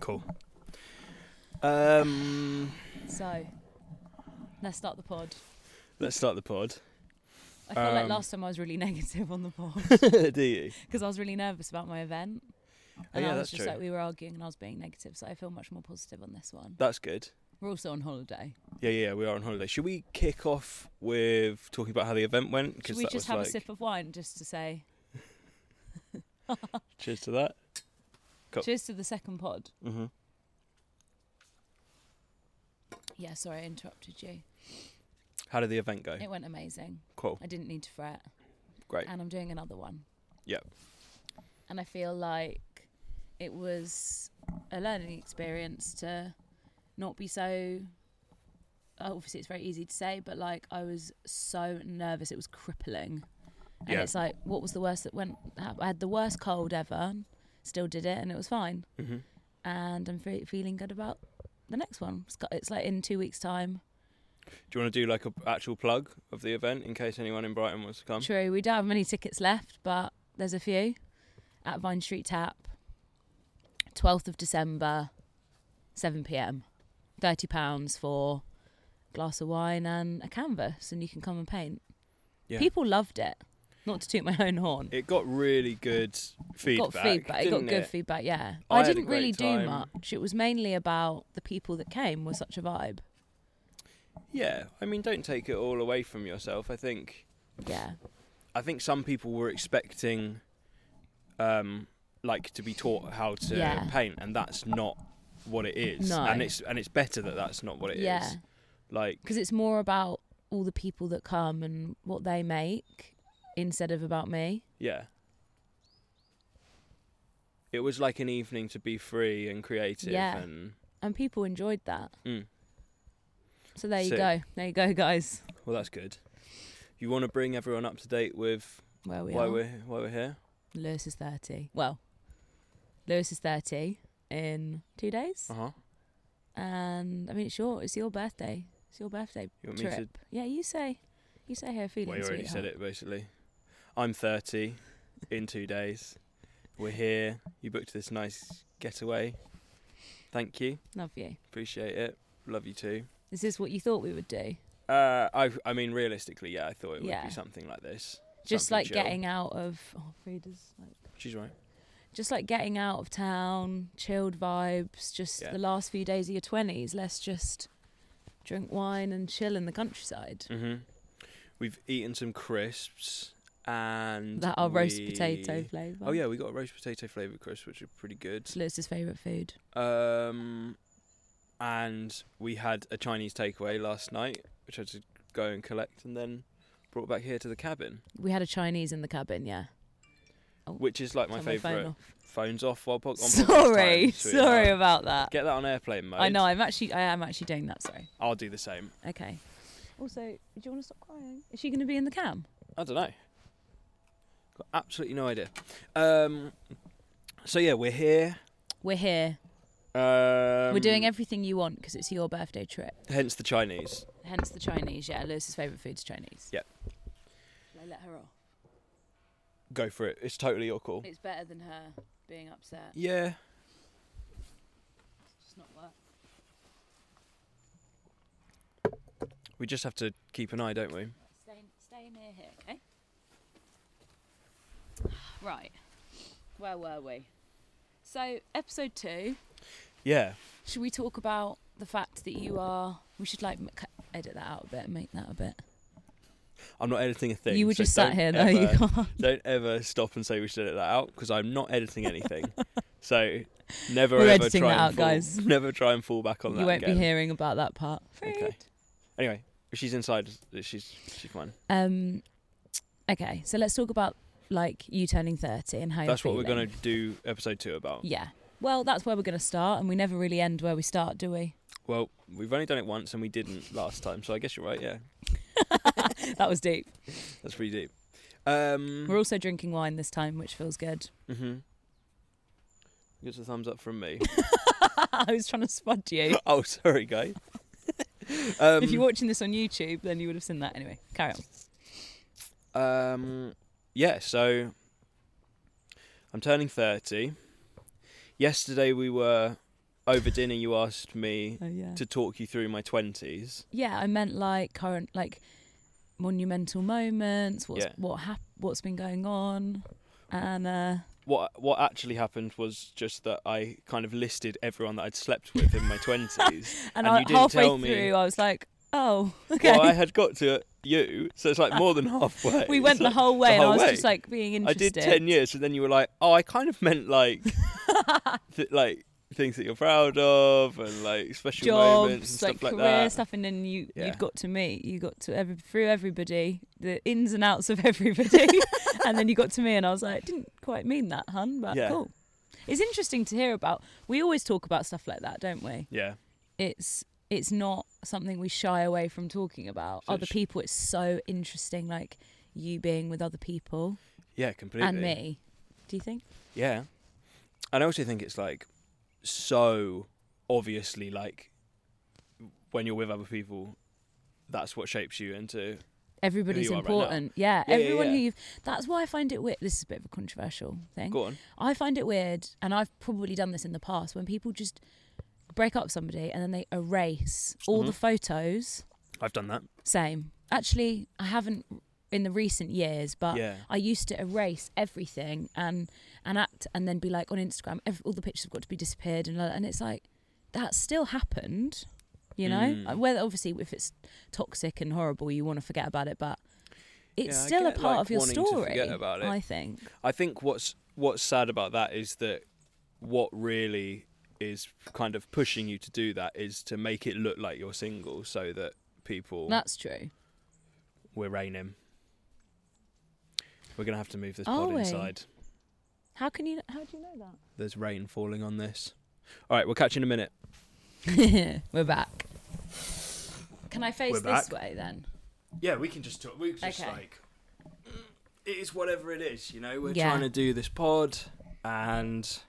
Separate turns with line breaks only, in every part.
Cool. Um,
So, let's start the pod.
let's start the pod.
I feel like
Um,
last time I was really negative on the pod
Do you?
because I was really nervous about my event. And
Oh, yeah,
I was
that's
just
true.
like, we were arguing and I was being negative. So I feel much more positive on this one.
That's good.
We're also on holiday.
Yeah, yeah, we are on holiday. Should we kick off with talking about how the event went?
Should we
that
just
was
have
like-
a sip of wine just to say
Cheers to that. Cool.
cheers to the second pod?
Mm-hmm.
Yeah, sorry, I interrupted you.
How did the event go?
It went amazing.
Cool.
I didn't need to fret.
Great.
And I'm doing another one.
Yep.
And I feel like it was a learning experience to not be so. Obviously, it's very easy to say, but like I was so nervous, it was crippling. And
Yeah.
it's like, what was the worst that went? hap- I had the worst cold ever, still did it, and it was fine.
Mhm.
And I'm fe- feeling good about the next one. It's, got, it's like in two weeks' time.
Do you want to do like a actual plug of the event in case anyone in Brighton wants to come?
True, we don't have many tickets left, but there's a few at Vine Street Tap. 12th of December, 7 pm. £30 for a glass of wine and a canvas, and you can come and paint.
Yeah.
People loved it. Not to toot my own horn.
It got really good feedback.
got feedback. It got
didn't
good feedback, yeah.
I
I,
had a
didn't
great
really
time.
do much. It was mainly about the people that came were such a vibe.
Yeah, I mean, don't take it all away from yourself. I think
Yeah.
I think some people were expecting, um, like to be taught how to
Yeah.
paint, and that's not what it is.
No.
And it's and it's better that that's not what it is.
Yeah.
Like
because it's more about all the people that come and what they make instead of about me.
yeah. It was like an evening to be free and creative.
Yeah.
And
And people enjoyed that.
Mm.
So there you
Sick.
go. There you go, guys.
well, that's good. You want to bring everyone up to date with
Where we
why
are.
we're why we're here.
Lewis is 30. Well, Lewis is 30 in two days.
Uh huh.
And I mean, it's your, it's your birthday. It's your birthday
You want me
trip.
to?
Yeah, you say, you say how you're feeling.
Well, you already said
sweetheart.
it basically. I'm 30 in two days. We're here. You booked this nice getaway. Thank you.
Love you.
Appreciate it. Love you too.
Is this what you thought we would do?
Uh, I, I mean, realistically, yeah, I thought it would
Yeah.
be something like this.
Just
Something
like
chill.
getting out of. Oh, Frida's like.
She's right.
just like getting out of town, chilled vibes, just
Yeah.
the last few days of your 20s. Let's just drink wine and chill in the countryside.
hmm We've eaten some crisps and
That our roast
we-
potato flavour.
Oh yeah, we got a roast potato flavored crisp, which are pretty good.
It's Lewis's favourite food.
Um, and we had a Chinese takeaway last night, which I had to go and collect, and then brought back here to the cabin,
We had a Chinese in the cabin, yeah.
which is like my
Turn my phone
favourite.
off.
Phones off while po- on podcast
Sorry,
time, sweetheart.
sorry about that.
Get that on airplane mode.
I know, I'm actually, I am actually doing that, sorry.
I'll do the same.
Okay. Also, do you want to stop crying? Is she going to be in the cam?
I don't know. Got absolutely no idea. Um, so yeah, we're here.
We're here.
Um,
We're doing everything you want because it's your birthday trip.
Hence the Chinese.
Hence the Chinese, yeah. Lewis's favourite food's Chinese.
Yeah.
Shall I let her off?
Go for it. It's totally your call.
It's better than her being upset.
Yeah.
It's just not work.
We just have to keep an eye, don't we?
Stay, stay near here, okay? Right. Where were we? So, episode two.
Yeah.
Should we talk about the fact that you are? We should like m- cut- edit that out a bit, make that a bit.
I'm not editing a thing.
you were
so
just
don't
sat here though.
ever-
You can't.
Don't ever stop and say we should edit that out because I'm not editing anything. so never
We're
ever
editing
try
that
and
out,
fall,
guys.
Never try and fall back on that.
You won't
again.
be hearing about that part.
Okay. Anyway, if she's inside, she's she's fine.
Um. Okay, so let's talk about like you turning thirty and how
That's
you're
what we're
feeling.
gonna do episode two about.
Yeah. Well, that's where we're going to start, and we never really end where we start, do we?
Well, we've only done it once and we didn't last time, so I guess you're right. Yeah,
That was deep.
that's pretty deep. Um,
We're also drinking wine this time, which feels good.
mhm. Gets a thumbs up from me.
I was trying to spud you.
oh, sorry, guys. um,
if you're watching this on YouTube, then you would have seen that. Anyway, carry on.
Um, yeah, so I'm turning 30. Yesterday we were over dinner you asked me
Oh yeah.
to talk you through my 20s.
yeah, I meant like current like monumental moments. What's
Yeah.
what hap- What's been going on? And uh,
What what actually happened was just that I kind of listed everyone that I'd slept with in my 20s.
and,
And
I,
you didn't
halfway
tell
through,
me.
I was like, oh, okay. Uh,
Well, I had got to you, so it's like more than halfway.
we went
So
the whole way, and I
whole
was
way.
just like being
I
interested.
did 10 years, and then you were like, "Oh, I kind of meant like th- like things that you're proud of and like special moments and
Jobs, like
stuff like,
career
that."
stuff, and then you
Yeah.
you got to me. You got to every through everybody, the ins and outs of everybody, and then you got to me, and I was like, didn't quite mean that, hun, but
Yeah.
cool. It's interesting to hear about. We always talk about stuff like that, don't we?
Yeah.
it's it's not something we shy away from talking about.
So
other
sh-
people, it's so interesting, like you being with other people
Yeah, completely.
and me. Do you think?
Yeah. And I also think it's like so obviously like when you're with other people, that's what shapes you into
Everybody's
you are right now.
important. yeah,
Yeah, yeah,
everyone who
yeah.
you've. That's why I find it weird. This is a bit of a controversial thing.
go on.
I find it weird, and I've probably done this in the past when people just break up with somebody and then they erase all the
Mhm.
photos.
I've done that.
Same. Actually, I haven't in the recent years, but
yeah.
I used to erase everything and and act and then be like on Instagram, ev all the pictures have got to be disappeared and la- and it's like that still happened, you know.
Mm.
Uh, Whether obviously if it's toxic and horrible, you want to forget about it, but it's
Yeah, I
still a
get,
part
like,
of your
wanting to
story.
forget about it.
I think.
I think what's what's sad about that is that what really is kind of pushing you to do that is to make it look like you're single so that people
That's true.
we're raining. We're gonna have to move this
Are
pod
we?
inside.
How can you? How do you know
There's rain falling on this. All right, we'll catch you in a minute.
that? We're back. Can I face
We're
this
back.
way then?
Yeah, we can just talk. We can just
Okay.
like it is whatever it is, you know. We're
Yeah.
trying to do this pod, and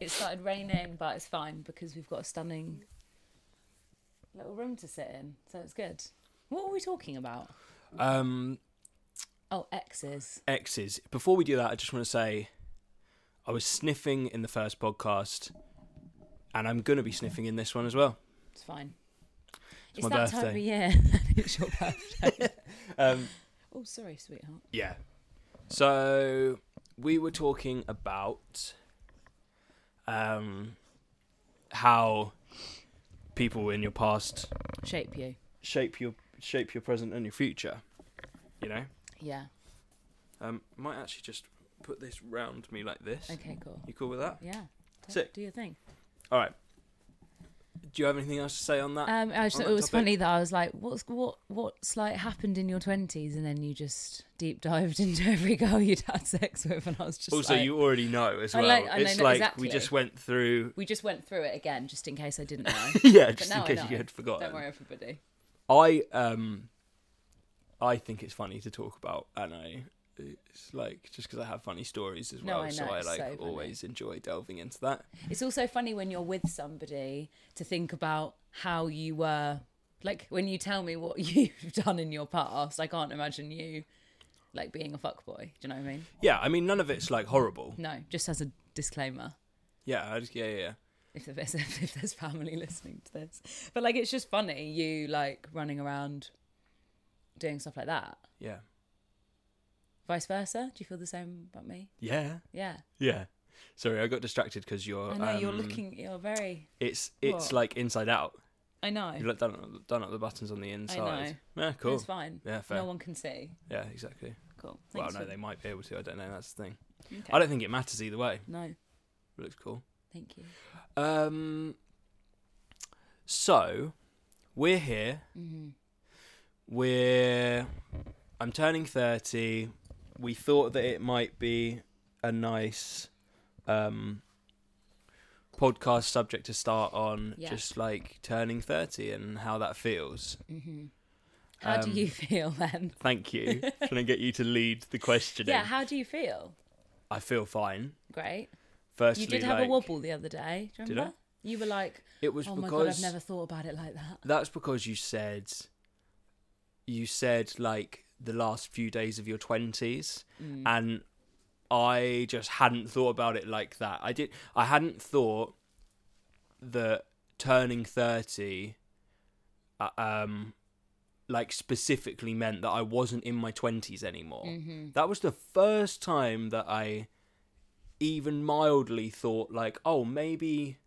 It started raining, but it's fine because we've got a stunning little room to sit in, so it's good. What were we talking about?
um,
Oh, exes.
exes. Before we do that, I just want to say I was sniffing in the first podcast, and I'm gonna be sniffing in this one as well.
It's fine. It's,
my
that time of
birthday.
year. it's your birthday.
Um,
oh, sorry, sweetheart.
Yeah. So we were talking about um how people in your past
Shape you.
shape your shape your present and your future. You know?
Yeah.
Um might actually just put this round me like this.
Okay, cool.
You cool with that?
Yeah. Do-
Sick.
Do your thing.
All right. Do you have anything else to say on that?
Um, I
Uh,
just
on
thought
that
it was
topic.
funny that I was like, "What's what? What's like happened in your twenties? And then you just deep dived into every girl you'd had sex with, and I was just
also,
like,
you already know as
I
well.
like- I
it's
know
like
exactly.
we just went through.
We just went through it again, just in case I didn't know.
yeah, just
now
in
I
case
know.
you had forgotten.
Don't worry, everybody.
I um, I think it's funny to talk about, and I it's like just because I have funny stories as
No,
well,
I
so
know,
I
it's
like
so funny.
always enjoy delving into that.
It's also funny when you're with somebody to think about how you were. Like when you tell me what you've done in your past, I can't imagine you like being a fuckboy. Do you know what I mean?
Yeah, I mean, none of it's like horrible.
No, just as a disclaimer.
Yeah, I just, yeah, yeah, yeah.
If there's if there's family listening to this, but like it's just funny you like running around doing stuff like that.
yeah,
Vice versa, do you feel the same about me?
yeah,
Yeah,
yeah. Sorry, I got distracted because you're.
I know you're
um,
looking. You're very.
It's it's
What?
like inside out.
I know.
You've like, done up- done up the buttons on the inside. Yeah, cool.
It's fine.
Yeah, fair.
No one can see.
Yeah, exactly.
Cool.
well,
Thanks
no,
for-
they might be able to. I don't know. That's the thing.
Okay.
I don't think it matters either way.
No,
It looks cool.
thank you.
Um, so we're here.
Mm-hmm.
We're I'm turning thirty. We thought that it might be a nice um, podcast subject to start on,
Yeah.
just like turning thirty and how that feels.
Mm-hmm. How do
Um,
you feel then?
Thank you. Trying to get you to lead the questioning.
Yeah, how do you feel?
I feel fine.
Great.
Firstly,
you did have
like,
a wobble the other day. Do you
Did I?
remember? You were like,
It was
"Oh my
because
god, I've never thought about it like that."
That's because you said you said like the last few days of your 20s and I just hadn't thought about it like that. I did I hadn't thought that turning 30 uh, um like specifically meant that I wasn't in my 20s anymore.
Mm-hmm.
That was the first time that I even mildly thought like, oh, maybe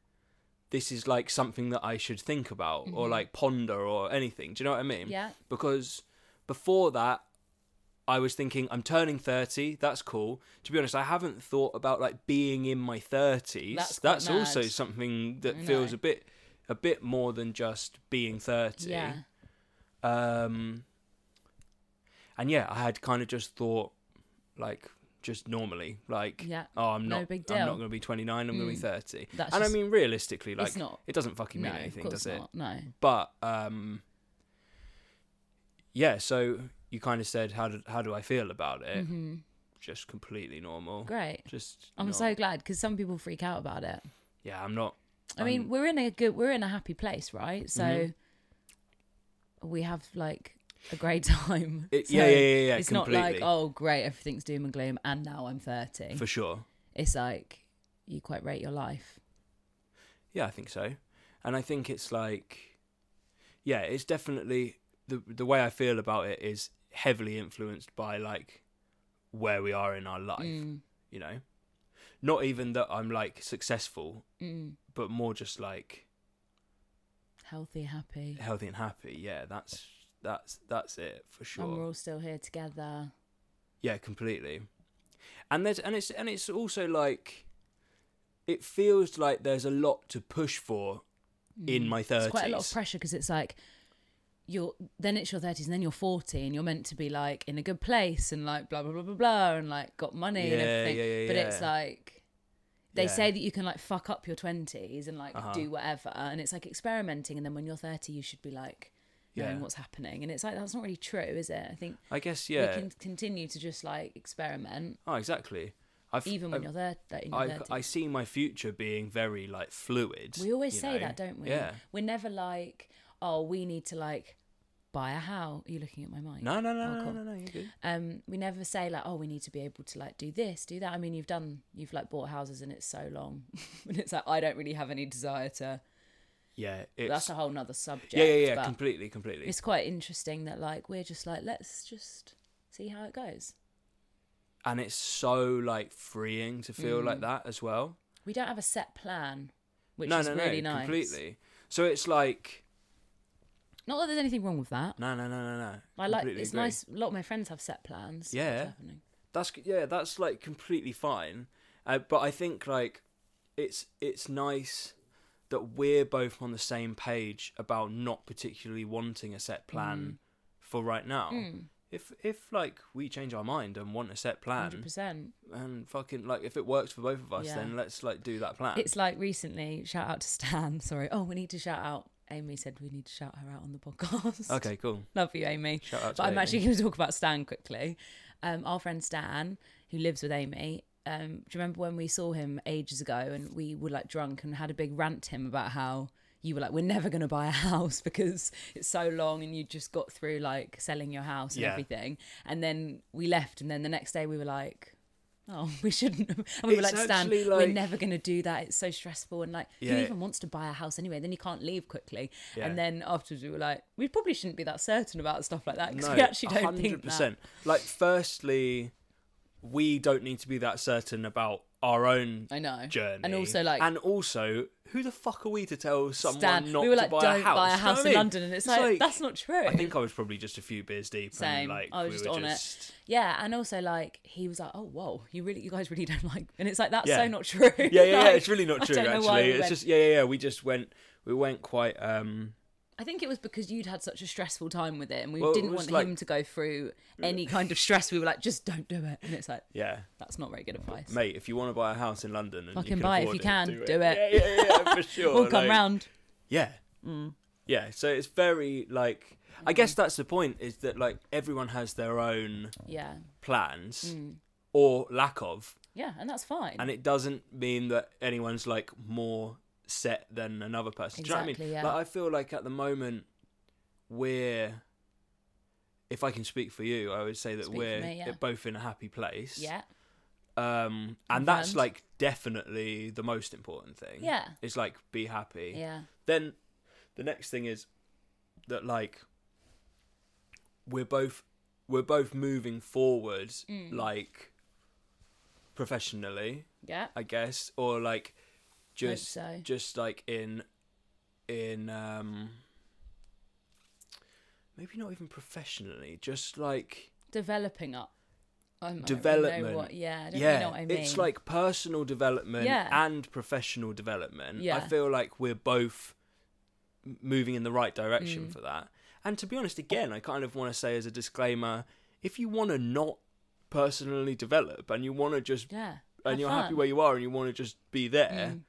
this is like something that I should think about or
Mhm.
like ponder or anything. Do you know what I mean?
Yeah.
Because before that I was thinking I'm turning 30, that's cool. To be honest, I haven't thought about like being in my 30s.
That's quite
that's also
mad.
something that
I
feels
know.
a bit a bit more than just being 30.
Yeah.
Um, and yeah, I had kind of just thought, like, just normally, like,
Yeah.
oh, I'm
No
not,
big
I'm
deal. Mm.
not going to be 29, I'm going to be 30.
That's
and
just-
I mean, realistically, like,
it's not.
it doesn't fucking
No,
mean
of
anything,
course
does it?
not. No.
But um, yeah, so you kind of said, how do, how do I feel about it?
hmm
Just completely normal.
Great.
Just
I'm
not-
so glad because some people freak out about it.
yeah, I'm not.
I mean,
I'm-
we're in a good, we're in a happy place, right? So we have like a great time.
Mm-hmm. It-
So
yeah, yeah, yeah, yeah,
It's not like
completely.
oh great, everything's doom and gloom, and now I'm thirty.
for sure.
It's like you quite rate your life.
Yeah, I think so. And I think it's like yeah, it's definitely the the way I feel about it is heavily influenced by like where we are in our life,
Mm,
you know. Not even that I'm like successful,
mm.
but more just like
Healthy, happy,
healthy and happy. Yeah, that's that's that's it for sure.
and we're all still here together.
Yeah, completely. And there's and it's and it's also like it feels like there's a lot to push for in my
Mm. It's
thirties.
quite a lot of pressure because it's like you're then it's your thirties and then you're forty and you're meant to be like in a good place and like blah blah blah blah blah and like got money and
Yeah,
everything.
yeah, yeah,
but it's
yeah.
like they
Yeah.
say that you can like fuck up your twenties and like
Uh-huh.
do whatever and it's like experimenting and then when you're thirty you should be like knowing
Yeah.
what's happening and it's like that's not really true, is it? I think
I guess yeah.
we can continue to just like experiment
Oh, exactly. I've,
even when
I've-
you're there like, in your
I,
30s.
I see my future being very like fluid.
We always
you
say
know?
that, don't we?
Yeah.
We're never like, oh, we need to like buy a house. Are you looking at my mic?
No, no,
Oh,
no,
cool.
no, no, no. You're good.
Um, we never say like, oh, we need to be able to like do this, do that. I mean, you've done, you've like bought houses and it's so long, and it's like I don't really have any desire to.
Yeah, it's
That's a whole nother subject.
yeah, yeah, yeah.
but
Completely, completely.
It's quite interesting that like we're just like let's just see how it goes.
And it's so like freeing to feel like
Mm.
that as well.
We don't have a set plan, which
no,
is
no,
really
no,
nice.
completely. So it's like
Not that there's anything wrong with that.
no, no, no, no, no.
I like
completely
it's
agree.
nice. A lot of my friends have set plans. for what's
Yeah.
happening.
That's yeah, that's like completely fine. Uh, but I think like it's it's nice that we're both on the same page about not particularly wanting a set
Mm.
plan for right now.
Hmm.
If if like we change our mind and want a set
Hundred
plan
percent.
and fucking like if it works for both of us,
Yeah.
then let's like do that plan.
It's like recently, shout out to Stan. Sorry. Oh, we need to shout out. Amy said we need to shout her out on the podcast.
okay, cool.
Love you, Amy.
Shout out to
But I'm
Amy.
actually going to talk about Stan quickly. Um, our friend Stan, who lives with Amy. Um, do you remember when we saw him ages ago and we were like drunk and had a big rant to him about how you were like, we're never going to buy a house because it's so long and you just got through like selling your house and
Yeah.
everything. And then we left, and then the next day we were like, oh, we shouldn't. have." And we were
It's
like, Stan,
actually,
we're
like-
never going to do that. It's so stressful. And like, who
Yeah.
even wants to buy a house anyway? Then you can't leave quickly.
Yeah.
And then afterwards, we were like, we probably shouldn't be that certain about stuff like that because
No,
we actually don't think that.
100%. Like firstly, we don't need to be that certain about our own
I know.
journey.
And also, like,
and also, who the fuck are we to tell someone
Stan,
not
we were
to
like,
buy
don't
a house?
buy
Do
a
you know
house
what
in
I mean?
London. And it's, like, that's not true.
I think I was probably just a few beers deep. And,
Same.
like,
I was
we
just
were
on it.
just...
yeah, and also like he was like, "Oh, whoa, you really, you guys really don't like," and it's like that's
Yeah.
so not true.
Yeah, yeah, yeah.
Like,
It's really not
I
true.
don't know
Actually,
why we
it's
went-
just yeah, yeah, yeah. We just went. We went quite. um
I think it was because you'd had such a stressful time with it, and we
Well, it
didn't
was
want
like-
him to go through any kind of stress. We were like, "Just don't do it," and it's like
Yeah,
that's not very good advice.
mate. If you want to buy a house in London, and
Fucking
you can
buy it if
afford
you can,
Do it.
do it.
Yeah, yeah, yeah, for sure.
we'll come
like,
round.
Yeah.
Mm.
Yeah. So it's very like. I guess that's the point. Is that like everyone has their own
Yeah,
plans or lack of.
yeah, Mm. and that's fine.
and it doesn't mean that anyone's like more set than another person. Do
Exactly,
you know what I
yeah.
mean? Like I feel like at the moment we're if I can speak for you, I would say that
Speak for
we're
me, yeah.
both in a happy place.
yeah,
um, and that's
Confirmed.
like definitely the most important thing.
Yeah.
is like be happy.
Yeah.
Then the next thing is that like we're both we're both moving forward like professionally,
Yeah.
I guess, or like just
so.
just like in in um maybe not even professionally, just like
Developing up. I'm, I don't
Development.
know what, yeah. I don't really
yeah,
know what I mean.
it's like personal development
Yeah.
and professional development. I
Yeah.
feel like we're both m- moving in the right
Mm.
direction for that. And to be honest, again, I kind of want to say as a disclaimer: if you want to not personally develop and you want to just
yeah.
and
have
you're happy
fun. Mm.
where you are and you want to just be there,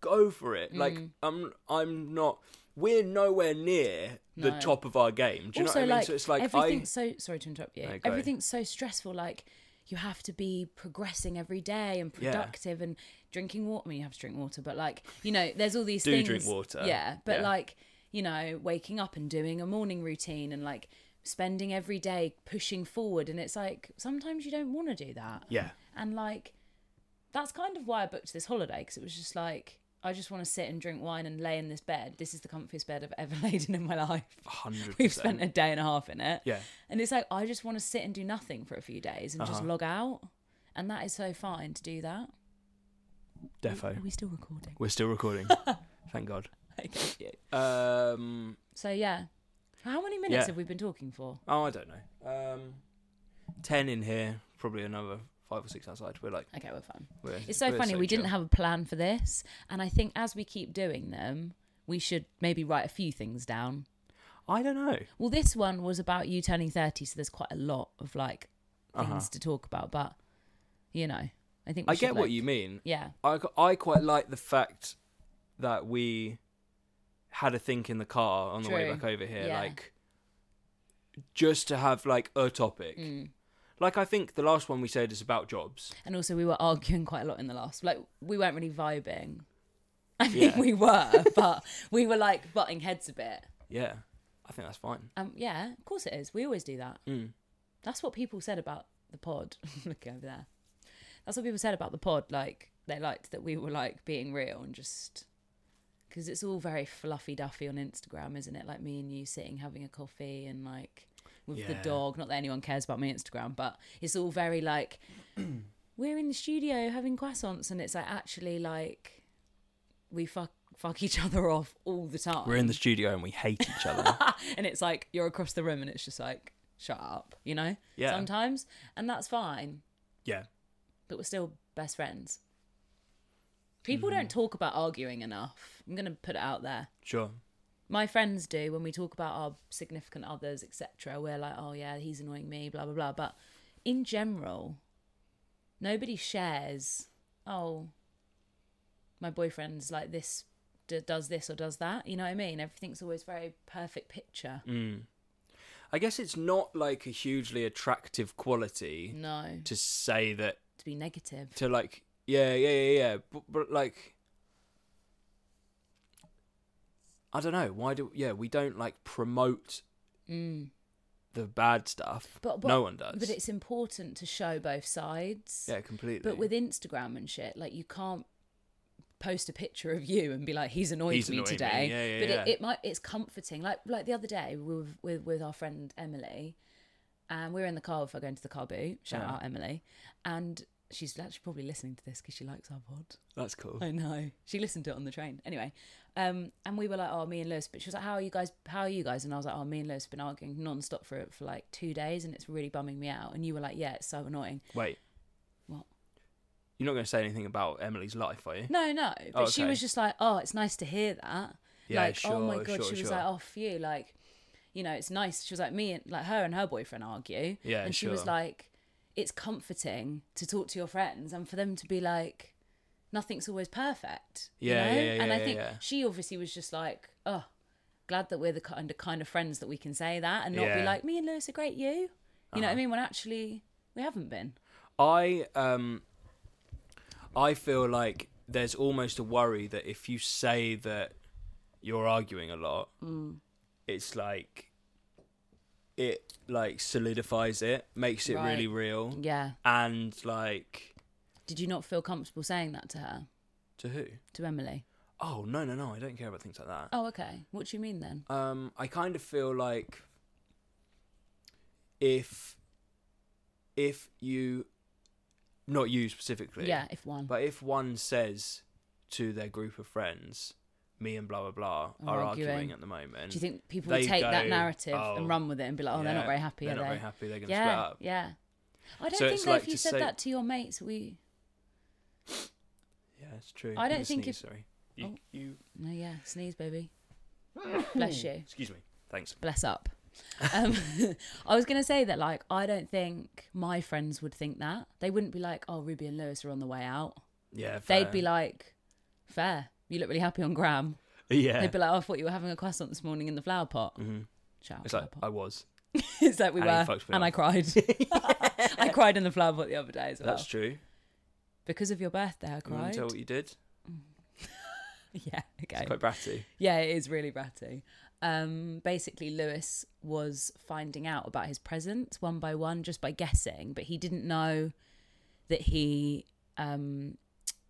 go for it. Like I'm, I'm not. We're nowhere near the
No.
top of our game. Do you know what I
also,
mean?
like,
so it's like I,
everything's so sorry to interrupt you.
No, go.
everything's so stressful. Like you have to be progressing every day and
Yeah.
productive and drinking water. I mean, you have to drink water, but like you know, there's all these
Do
things.
drink water.
Yeah, but
Yeah.
like you know, waking up and doing a morning routine and like spending every day pushing forward. And it's like sometimes you don't want to do that.
yeah,
And like, that's kind of why I booked this holiday because it was just like, I just want to sit and drink wine and lay in this bed. This is the comfiest bed I've ever laid in in my life.
hundred.
We've spent a day and a half in it.
Yeah.
And it's like, I just want to sit and do nothing for a few days and
Uh-huh.
just log out. And that is so fine to do that. Are
defo.
we still recording?
We're still recording. Thank God.
Okay. yeah.
Um.
So, yeah. How many minutes
Yeah.
have we been talking for?
Oh, I don't know. Um. Ten in here, probably another five or six outside. We're like,
Okay, we're fine.
we're,
It's so
we're
funny. we didn't
chill.
have a plan for this. And I think as we keep doing them, we should maybe write a few things down
I don't know.
Well, this one was about you turning 30, so there's quite a lot of like things
Uh-huh.
to talk about, but you know, I think we
I
should,
get what
like-
you mean.
Yeah.
I, qu- I quite like the fact that we had a think in the car on the way
True.
back over here,
Yeah.
like just to have like a topic.
Mm.
Like I think the last one we said is about jobs.
And also we were arguing quite a lot in the last. Like we weren't really vibing. I mean,
Yeah.
we were, but we were like butting heads a bit.
Yeah, I think that's fine.
Um yeah, of course it is. We always do that.
Mm.
That's what people said about the pod. Look over there. That's what people said about the pod like they liked that we were like being real and just because it's all very fluffy duffy on Instagram, isn't it? Like me and you sitting having a coffee and like with the
Yeah.
dog. Not that anyone cares about my Instagram, but it's all very like we're in the studio having croissants, and it's like actually like we fuck fuck each other off all the time.
We're in the studio and we hate each other.
and it's like you're across the room, and it's just like shut up, you know?
Yeah.
Sometimes, and that's fine,
yeah,
but we're still best friends. People don't talk about arguing enough. I'm gonna put it out there.
sure.
my friends do when we talk about our significant others etc we're like oh yeah he's annoying me blah blah blah but in general nobody shares oh my boyfriend's like this d- does this or does that you know what i mean everything's always very perfect picture
I guess it's not like a hugely attractive quality
no
to say that
to be negative
to like yeah yeah yeah yeah but, but like I don't know why do yeah we don't like promote the bad stuff
Mm. but, but
no one does
but it's important to show both sides
yeah completely
but with instagram and shit like you can't post a picture of you and be like he's annoyed
He's
me
annoyed me.
today
Yeah, yeah,
but
yeah.
It, it might it's comforting like like the other day we were with, with our friend emily and we were in the car before going to the car boot shout
Yeah.
out emily and she's actually probably listening to this because she likes our pod
that's cool
I know. She listened to it on the train. Anyway, um, and we were like, "Oh, me and Lewis," but she was like, "How are you guys? How are you guys?" And I was like, "Oh, me and Lewis have been arguing non-stop for for like two days, and it's really bumming me out." And you were like, "Yeah, it's so annoying."
wait
What?
you're not going to say anything about Emily's life are you
No, no. But
Oh,
she
okay.
was just like, "Oh, it's nice to hear that."
Yeah,
like, oh my
sure,
god,
sure,
she was
sure.
like, "Oh, phew, like, you know, it's nice." She was like, "Me and like her and her boyfriend argue."
Yeah,
and she was
sure.
like, "It's comforting to talk to your friends and for them to be like, nothing's always perfect." you
Yeah,
know?
yeah, yeah,
And I
yeah,
think
yeah.
she obviously was just like, "Oh, glad that we're the kind of kind of friends that we can say that and not be
Yeah. Uh-huh.
like, me and Lewis are great, you." You know what I mean? When actually we haven't been.
I um I feel like there's almost a worry that if you say that you're arguing a lot, it's like it like solidifies it, makes it really
Right.
real,
Yeah.
and like
Did you not feel comfortable saying that to her,
To who?
to Emily?
Oh no no no! I don't care about things like that.
Oh, okay. What do you mean then?
Um, I kind of feel like if if you not you specifically,
Yeah, if one.
but if one says to their group of friends, "Me and blah blah blah
Are
are
arguing.
arguing, at the moment,"
do you think people would
they
take that
go,
narrative
"Oh,
and run with it and be like, oh, they're
yeah,
not very happy,
They're
are
not
they?
very happy. They're gonna
yeah,
split up.
yeah. I don't
So
think
it's
though,
like
if you
to
said
say-
that to your mates, we
Yeah, it's true.
I
I'm
don't
gonna
think if-
sneeze, sorry. You,
Oh.
you
no, yeah, sneeze, baby. Bless you.
excuse me. Thanks.
Bless up. Um, I was gonna say that, like, I don't think my friends would think that. They wouldn't be like, "Oh, Ruby and Lewis are on the way out."
Yeah,
They'd be like, "Fair, you look really happy on Graham."
yeah.
They'd be like, oh, "I thought you were having a croissant this morning in the flower pot."
Mhm.
Shout out
It's
flower
like
pot.
I was.
it's like we
And he
were,
fucked me
and I
off.
cried. I cried in the flower pot the other day as well.
That's true.
because of your birthday, I
You want
cried.
to tell what you did?
yeah, okay.
It's quite bratty.
Yeah, it is really bratty. Um, basically, Lewis was finding out about his presents one by one just by guessing, but he didn't know that he um,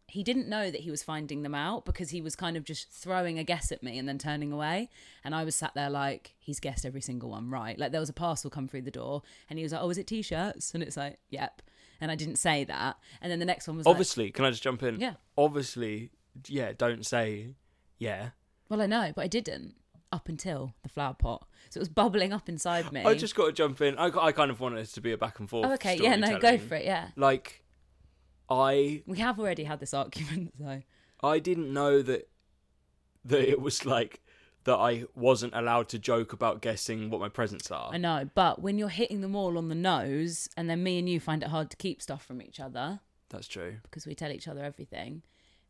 he didn't know that he was finding them out because he was kind of just throwing a guess at me and then turning away. And I was sat there like he's guessed every single one right. Like there was a parcel come through the door, and he was like, "Oh, is it t-shirts?" And it's like, "Yep." And I didn't say that. And then the next one was like,
Obviously, can I just jump in?
Yeah.
Obviously, yeah, don't say yeah.
Well, I know, but I didn't up until the flower pot. So it was bubbling up inside me.
I just got to jump in. I, I kind of want it to be a back and forth.
Oh, okay, yeah, no, go
storytelling.
for it. Yeah,
Like, I
we have already had this argument, so
I didn't know that that it was like that I wasn't allowed to joke about guessing what my presents are.
I know. But when you're hitting them all on the nose, and then me and you find it hard to keep stuff from each other
That's true.
because we tell each other everything.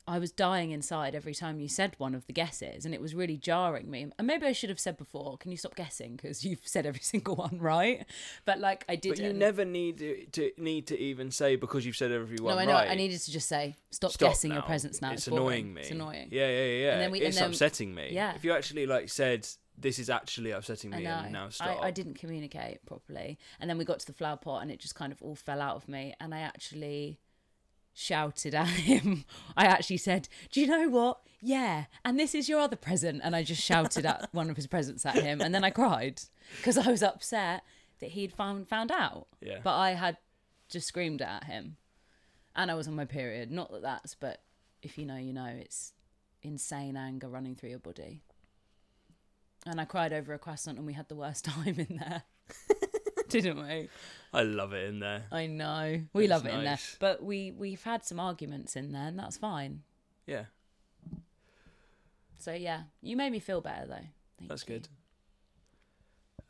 I was dying inside every time you said one of the guesses, and it was really jarring me. And maybe I should have said before, "Can you stop guessing?" Because you've said every single one right. But like I didn't.
But you never need to, to need to even say because you've said everyone
no, I know.
right.
I needed to just say, "Stop,
Stop
guessing your
now.
presents now."
It's,
boring.
annoying me.
It's annoying.
Yeah, yeah, yeah.
And then we-
it's
and then-
upsetting me.
Yeah.
If you actually like said this is actually upsetting me and now stop.
I, I didn't communicate properly. And then we got to the flower pot and it just kind of all fell out of me. And I actually shouted at him. I actually said, Do you know what? Yeah. And this is your other present. And I just shouted at one of his presents at him. And then I cried because I was upset that he'd found, found out.
Yeah.
But I had just screamed at him. And I was on my period. Not that that's, but if you know, you know, it's insane anger running through your body. And I cried over a croissant and we had the worst time in there. Didn't we?
I love it in there.
I know. We
It's
love it in there.
nice.
But we, we've had some arguments in there and that's fine.
Yeah,
So yeah, you made me feel better though. Thank
that's
you.
good.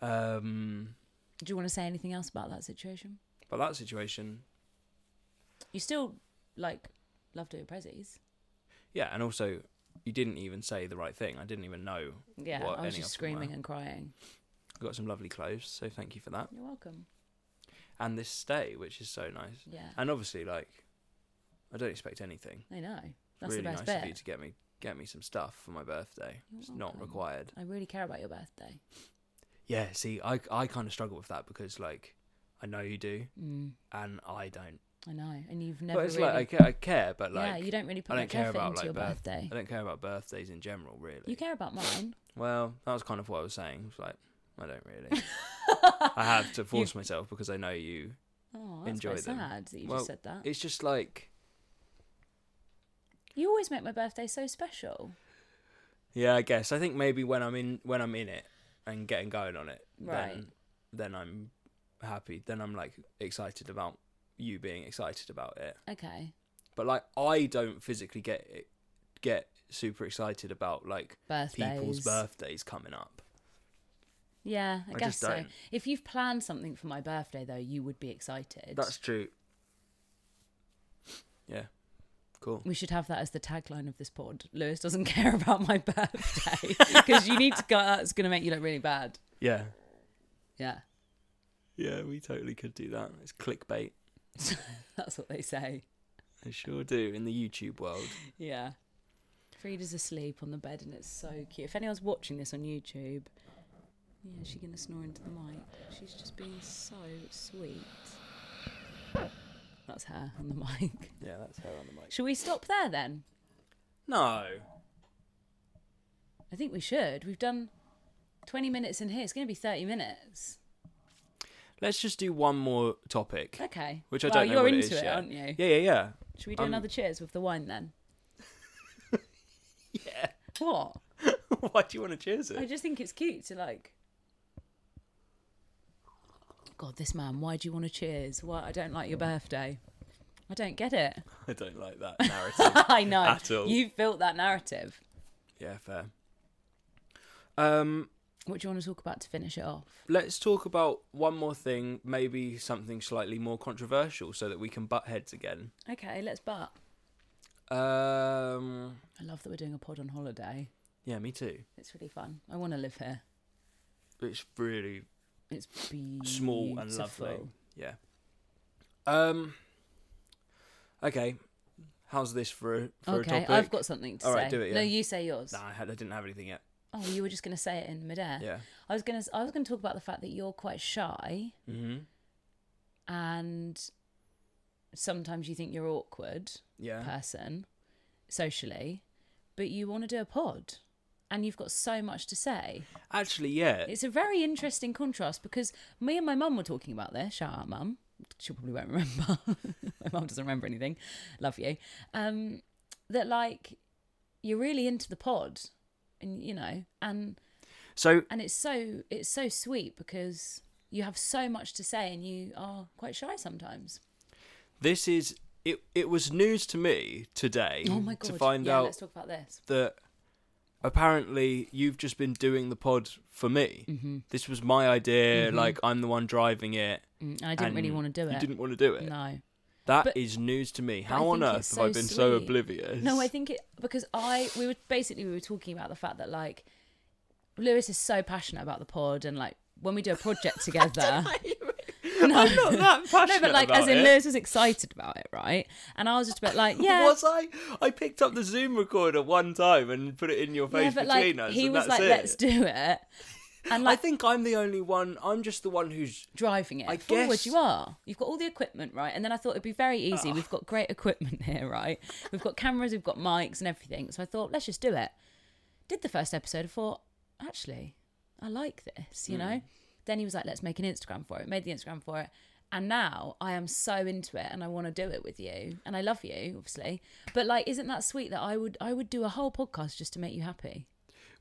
Um,
Do you want to say anything else about that situation?
but that situation,
You still like love doing prezzies.
yeah, and also you didn't even say the right thing. I didn't even know.
Yeah,
What,
I was
any
just
of them were.
screaming and crying.
I got some lovely clothes, so thank you for that.
You're welcome.
And this stay, which is so nice.
Yeah,
And obviously, like, I don't expect anything.
I know. That's
really
the best
nice of you
bit.
to get me get me some stuff for my birthday.
You're
it's not
welcome.
required.
I really care about your birthday.
Yeah, see, I I kind of struggle with that because like I know you do,
Mm,
and I don't.
I know, and you've never
but it's
really.
like I care, I care, but like
yeah, you don't really put
I don't
much
care
effort
about,
into
like,
your
birth-
birthday.
I don't care about birthdays in general, really.
You care about mine.
Well, that was kind of what I was saying. It's like I don't really. I have to force myself because I know you.
Oh, that's
Enjoy
quite
them.
sad that you
Well,
just said that.
It's just like
You always make my birthday so special.
yeah, I guess I think maybe when I'm in when I'm in it and getting going on it,
Right.
then then I'm happy. Then I'm like excited about you being excited about it.
Okay,
but like I don't physically get get super excited about like
birthdays.
people's birthdays coming up.
Yeah, I,
I
guess
just
so.
don't.
If you've planned something for my birthday, though, you would be excited.
That's true. Yeah, cool.
We should have that as the tagline of this pod. Lewis doesn't care about my birthday because you need to go. That's going to make you look really bad.
Yeah,
Yeah,
yeah, we totally could do that. It's clickbait.
that's what they say.
I sure do in the YouTube world.
Yeah. Frida's asleep on the bed and it's so cute. If anyone's watching this on YouTube, yeah, she's going to snore into the mic. She's just being so sweet. That's her on the mic.
Yeah, that's her on the mic.
Shall we stop there then?
No.
I think we should. We've done 20 minutes in here. It's going to be 30 minutes.
Let's just do one more topic,
Okay.
which I
Well,
don't know
You're
what
into
it is yet.
aren't you?
Yeah, yeah, yeah.
Should we do
Um,
another cheers with the wine then?
Yeah.
What?
Why do you want to cheers
I
it?
just think it's cute to like. God, this man. Why do you want to cheers? Why I don't like your
Mm.
birthday. I don't get it.
I don't like that narrative.
I know.
At all.
You've built that narrative.
yeah, fair. Um,
What do you want to talk about to finish it off?
let's talk about one more thing, maybe something slightly more controversial, so that we can butt heads again.
Okay, let's butt.
Um,
I love that we're doing a pod on holiday.
yeah, me too.
It's really fun. I want to live here.
It's really
It's beautiful.
small and lovely. Yeah. Um. Okay, how's this for a, for a
okay,
topic?
I've got something to
All
say.
right, do it,
No,
yeah.
you say yours.
Nah, I, had, I didn't have anything yet.
Oh, you were just going to say it in midair.
Yeah.
I was going to. I was going to talk about the fact that you're quite shy,
Mm-hmm.
and sometimes you think you're awkward
Yeah.
person socially, but you want to do a pod, and you've got so much to say.
Actually, yeah.
It's a very interesting contrast because me and my mum were talking about this. Shout out, mum. She probably won't remember. my mum doesn't remember anything. Love you. Um, that like you're really into the pod, and you know, and
So
and it's so it's so sweet because you have so much to say and you are quite shy sometimes.
this is it. It was news to me today
Oh my god!
to find
yeah,
out
let's talk about this.
that apparently you've just been doing the pod for me. This was my idea. Like I'm the one driving it.
Mm, I Mm-hmm. didn't really
and
want to do it.
You didn't want to do it.
No.
That is
But-
news to me.
I
How on
think
earth have
it's
I
so
been so
sweet.
oblivious?
No, I think it because I we were basically we were talking about the fact that like Lewis is so passionate about the pod and like when we do a project together. no.
I'm not that passionate
No, but like as
about
in
it.
Lewis was excited about it, right? And I was just a bit like, yeah.
Was I? I picked up the Zoom recorder one time and put it in your
yeah,
face
but like
between us.
he
and
was
that's
like,
it.
let's do it. And
I
like
think I'm the only one. I'm just the one who's.
driving it.
I
Forward
guess-
you are. You've got all the equipment, right? And then I thought it'd be very easy.
Ah.
We've got great equipment here, right? We've got cameras, we've got mics and everything. So I thought, let's just do it. Did the first episode and thought, actually, I like this, you
Hmm.
know? Then he was like, let's make an Instagram for it. Made the Instagram for it. And now I am so into it and I want to do it with you. And I love you, obviously. But like, isn't that sweet that I would I would do a whole podcast just to make you happy?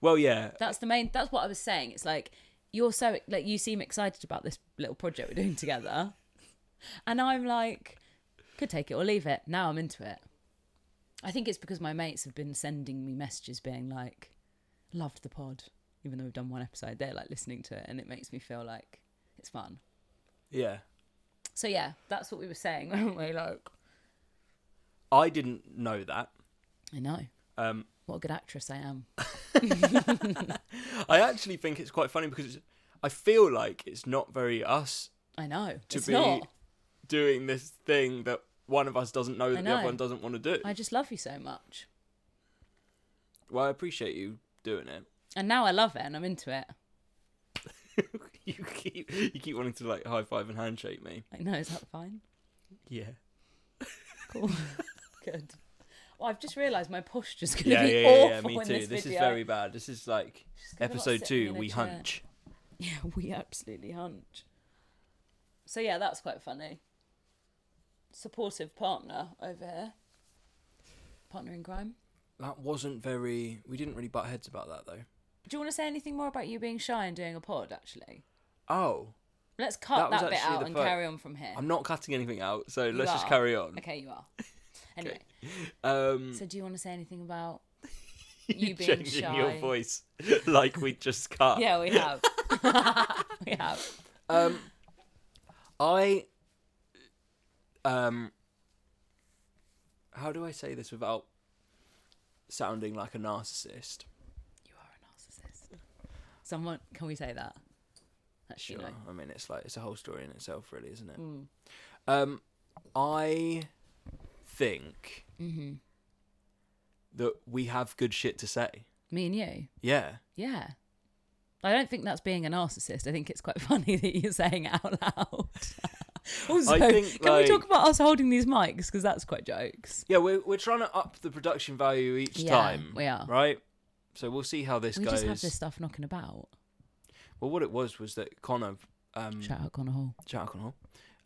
Well, yeah.
That's the main. That's what I was saying. It's like you're so like you seem excited about this little project we're doing together, and I'm like, could take it or leave it. Now I'm into it. I think it's because my mates have been sending me messages being like, loved the pod, even though we've done one episode. They're like listening to it, and it makes me feel like it's fun.
Yeah.
So yeah, that's what we were saying, weren't we? Like,
I didn't know that.
I know
Um,
what a good actress I am.
I actually think it's quite funny because it's, I feel like it's not very us
I know
to
it's
be
not.
doing this thing that one of us doesn't know that the
know.
other one doesn't want to do.
I just love you so much,
Well, I appreciate you doing it.
and now I love it, and I'm into it.
you keep you keep wanting to like high five and handshake me.
I know. Is that fine?
Yeah.
Cool. Good. Well, I've just realised my posture's going to
Yeah,
be
yeah,
awful
yeah, yeah, me
in
too.
This,
This, is
video.
very bad. This is like
Just 'cause we're not
episode
sitting
two,
in a
we
chair.
hunch.
Yeah, we absolutely hunch. So yeah, that's quite funny. Supportive partner over here. Partner in crime.
That wasn't very we didn't really butt heads about that though.
Do you want to say anything more about you being shy and doing a pod? Actually,
Oh.
let's cut
That was
that, bit
actually
out
the
and
part-
carry on from here.
I'm not cutting anything out, so
You
let's just
are.
carry on.
Okay, you are. Anyway,
Um
so do you want to say anything about you being
changing
shy?
your voice like we just cut.
Yeah, we have. we have.
Um I um how do I say this without sounding like a narcissist?
You are a narcissist. Someone, can we say that? That
Sure.
You know. Hmm.
I mean, it's like it's a whole story in itself, really, isn't it? Um, I think
Mm-hmm.
that we have good shit to say.
Me and you.
Yeah,
Yeah. I don't think that's being a narcissist. I think it's quite funny that you're saying it out loud. Also,
think,
can
like-
we talk about us holding these mics? Because that's quite jokes.
Yeah, we're we're trying to up the production value each
Yeah,
time.
we are.
right. So we'll see how this
we
goes.
just have this stuff knocking about.
Well, what it was was that Connor, um,
Shout out Connor Hall.
Chat Hall.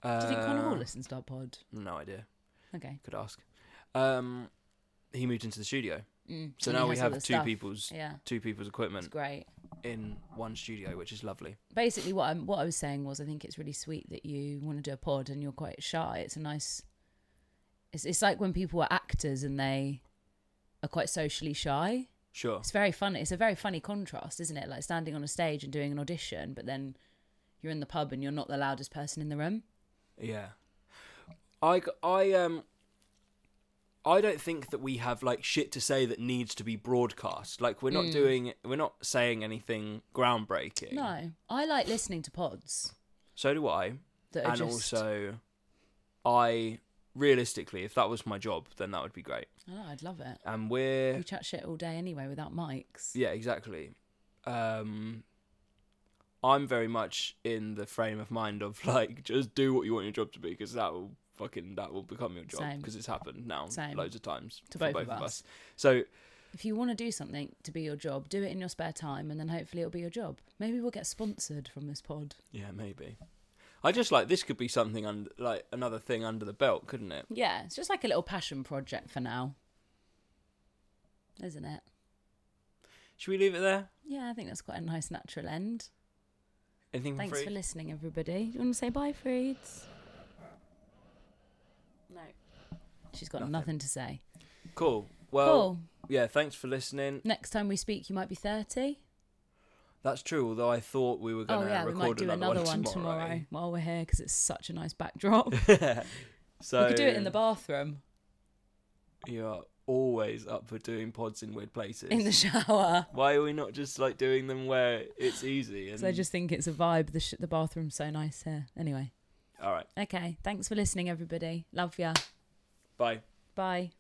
Do you think Connor Hall
uh,
listens to our pod?
No idea.
Okay.
Could ask. Um, he moved into the studio,
Mm,
so
and
now
he
we
has all
have two
this stuff.
people's
Yeah,
two people's
it's
equipment
great.
in one studio, which is lovely.
Basically, what I'm what I was saying was, I think it's really sweet that you want to do a pod and you're quite shy. It's a nice. It's it's like when people are actors and they are quite socially shy.
Sure.
It's very funny. It's a very funny contrast, isn't it? Like standing on a stage and doing an audition, but then you're in the pub and you're not the loudest person in the room.
Yeah. I g- I um. I don't think that we have like shit to say that needs to be broadcast. Like we're not
Hmm.
doing, we're not saying anything groundbreaking.
No, I like listening to pods
So do I.
that are
and
just.
also, I realistically, if that was my job, then that would be great.
I know, Oh, I'd love it.
And we're
We chat shit all day anyway without mics.
yeah, exactly. Um, I'm very much in the frame of mind of like just do what you want your job to be because that will fucking that will become your job
Same.
because it's happened now
Same.
loads of times
To
for
both of us.
So
If you want to do something to be your job, do it in your spare time, and then hopefully it'll be your job. Maybe we'll get sponsored from this pod.
yeah, maybe. I just like this could be something under like another thing under the belt, couldn't it?
Yeah, it's just like a little passion project for now, isn't it?
Should we leave it there?
Yeah, I think that's quite a nice natural end.
Anything for
Thanks
free?
for listening, everybody. You want to say bye, Freeds? No. She's got
Nothing.
nothing, to say.
cool. Well,
cool.
yeah. Thanks for listening.
Next time we speak, you might be 30.
That's true. Although I thought we were going
Oh,
to
yeah, we
record
might do another one tomorrow,
tomorrow.
while we're here because it's such a nice backdrop.
so
we could do it in the bathroom,
You are always up for doing pods in weird places.
in the shower.
Why are we not just like doing them where it's easy? And...
So I just think it's a vibe. The, sh- the bathroom's so nice here. Anyway.
all right.
Okay. Thanks for listening, everybody. Love ya.
Bye.
Bye.